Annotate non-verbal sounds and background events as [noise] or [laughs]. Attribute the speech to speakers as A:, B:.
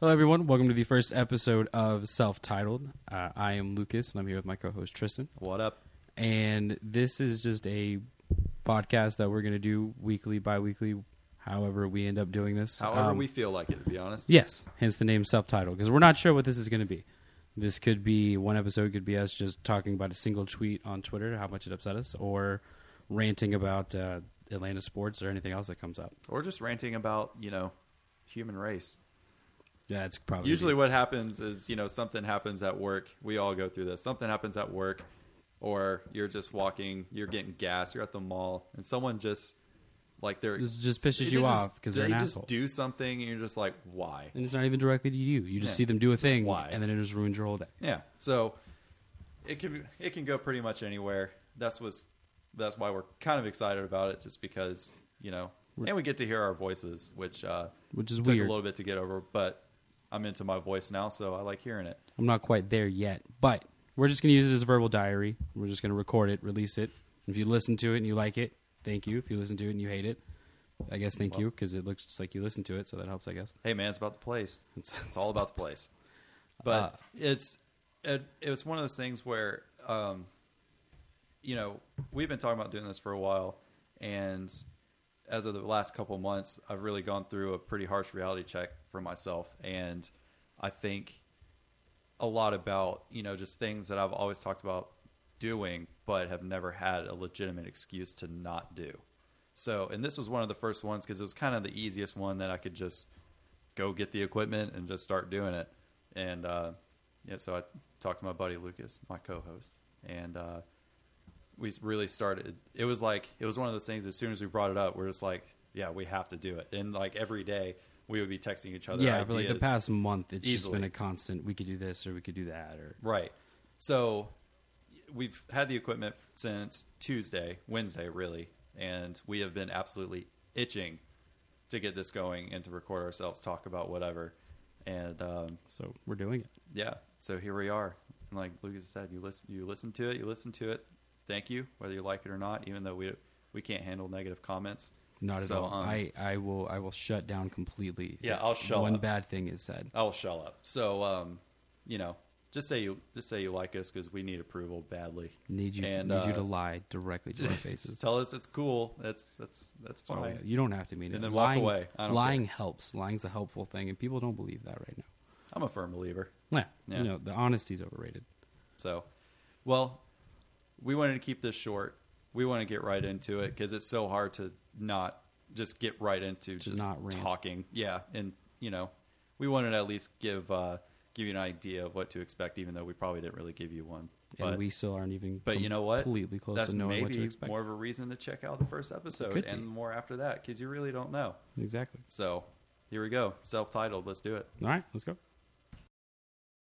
A: Hello, everyone. Welcome to the first episode of Self Titled. Uh, I am Lucas, and I'm here with my co host, Tristan.
B: What up?
A: And this is just a podcast that we're going to do weekly, bi weekly, however we end up doing this.
B: However,
A: Um,
B: we feel like it, to be honest.
A: Yes, hence the name Self Titled, because we're not sure what this is going to be. This could be one episode, could be us just talking about a single tweet on Twitter, how much it upset us, or ranting about uh, Atlanta sports or anything else that comes up.
B: Or just ranting about, you know, human race.
A: Yeah, that's probably
B: Usually, what happens is, you know, something happens at work. We all go through this. Something happens at work, or you're just walking, you're getting gas, you're at the mall, and someone just, like, they're.
A: Just- just pisses
B: they
A: you off 'cause they're
B: They
A: an
B: just
A: asshole.
B: do something, and you're just like, why?
A: and it's not even directly to you. You just
B: Yeah,
A: see them do a
B: just
A: thing,
B: why?
A: and then it just ruins your whole day.
B: Yeah. So it can be- it can go pretty much anywhere. That's was that's why we're kind of excited about it, just because you know, and we get to hear our voices, which uh,
A: Which is
B: took
A: weird.
B: a little bit to get over, but I'm into my voice now, so I like hearing it.
A: I'm not quite there yet, but we're just going to use it as a verbal diary. We're just going to record it, release it. If you listen to it and you like it, thank you. If you listen to it and you hate it, I guess thank you, 'cause you because it looks like you listened to it, so that helps, I guess.
B: Hey man, it's about the place.
A: It's-
B: [laughs] It's, Ah. all about the place. But it's it, it was one of those things where um, you know we've been talking about doing this for a while, and as of the last couple months, I've really gone through a pretty harsh reality check for myself, and I think a lot about you know just things that I've always talked about doing, but have never had a legitimate excuse to not do. So, and this was one of the first ones because it was kind of the easiest one that I could just go get the equipment and just start doing it. And uh, yeah, so I talked to my buddy Lucas, my co-host, and uh, we really started. It was like it was one of those things. As soon as we brought it up, we're just like, yeah, we have to do it. And like every day, we would be texting each other.
A: yeah,
B: ideas.
A: for like the past month, it's just been
B: easily.
A: a constant. We could do this or we could do that, or
B: Right. So we've had the equipment since Tuesday, Wednesday, really, and we have been absolutely itching to get this going and to record ourselves talk about whatever. And um,
A: so we're doing it.
B: yeah, so here we are. And like Lucas said, you listen, you listen to it, you listen to it. Thank you, whether you like it or not. Even though we we can't handle negative comments.
A: Not at
B: So,
A: all.
B: um,
A: I, I will I will shut down completely.
B: Yeah,
A: if
B: I'll shut
A: One
B: up.
A: bad thing is said.
B: I'll shell up. So, um, you know, just say you just say you like us because we need approval badly.
A: Need you
B: And,
A: need you
B: uh,
A: to lie
B: [laughs]
A: directly to our faces.
B: Just tell us it's cool. That's that's that's
A: It's all
B: fine.
A: good. You don't have to mean it.
B: And then walk
A: lying,
B: away. I don't
A: lying helps. Lying's a helpful thing, and people don't believe that right now.
B: I'm a firm believer.
A: Yeah,
B: Yeah.
A: you know the honesty's overrated.
B: So, well, we wanted to keep this short. We want to get right into it because it's so hard to not just get right into just
A: not rant.
B: talking. Yeah, and you know, we wanted to at least give uh, give you an idea of what to expect, even though we probably didn't really give you one.
A: And
B: But
A: we still aren't even.
B: but you know what?
A: Completely close
B: That's
A: to knowing
B: maybe
A: what to expect.
B: more of a reason to check out the first
A: could
B: episode
A: be.
B: and more after that because you really don't know.
A: Exactly.
B: So here we go, self-titled. Let's do it.
A: All right, let's go.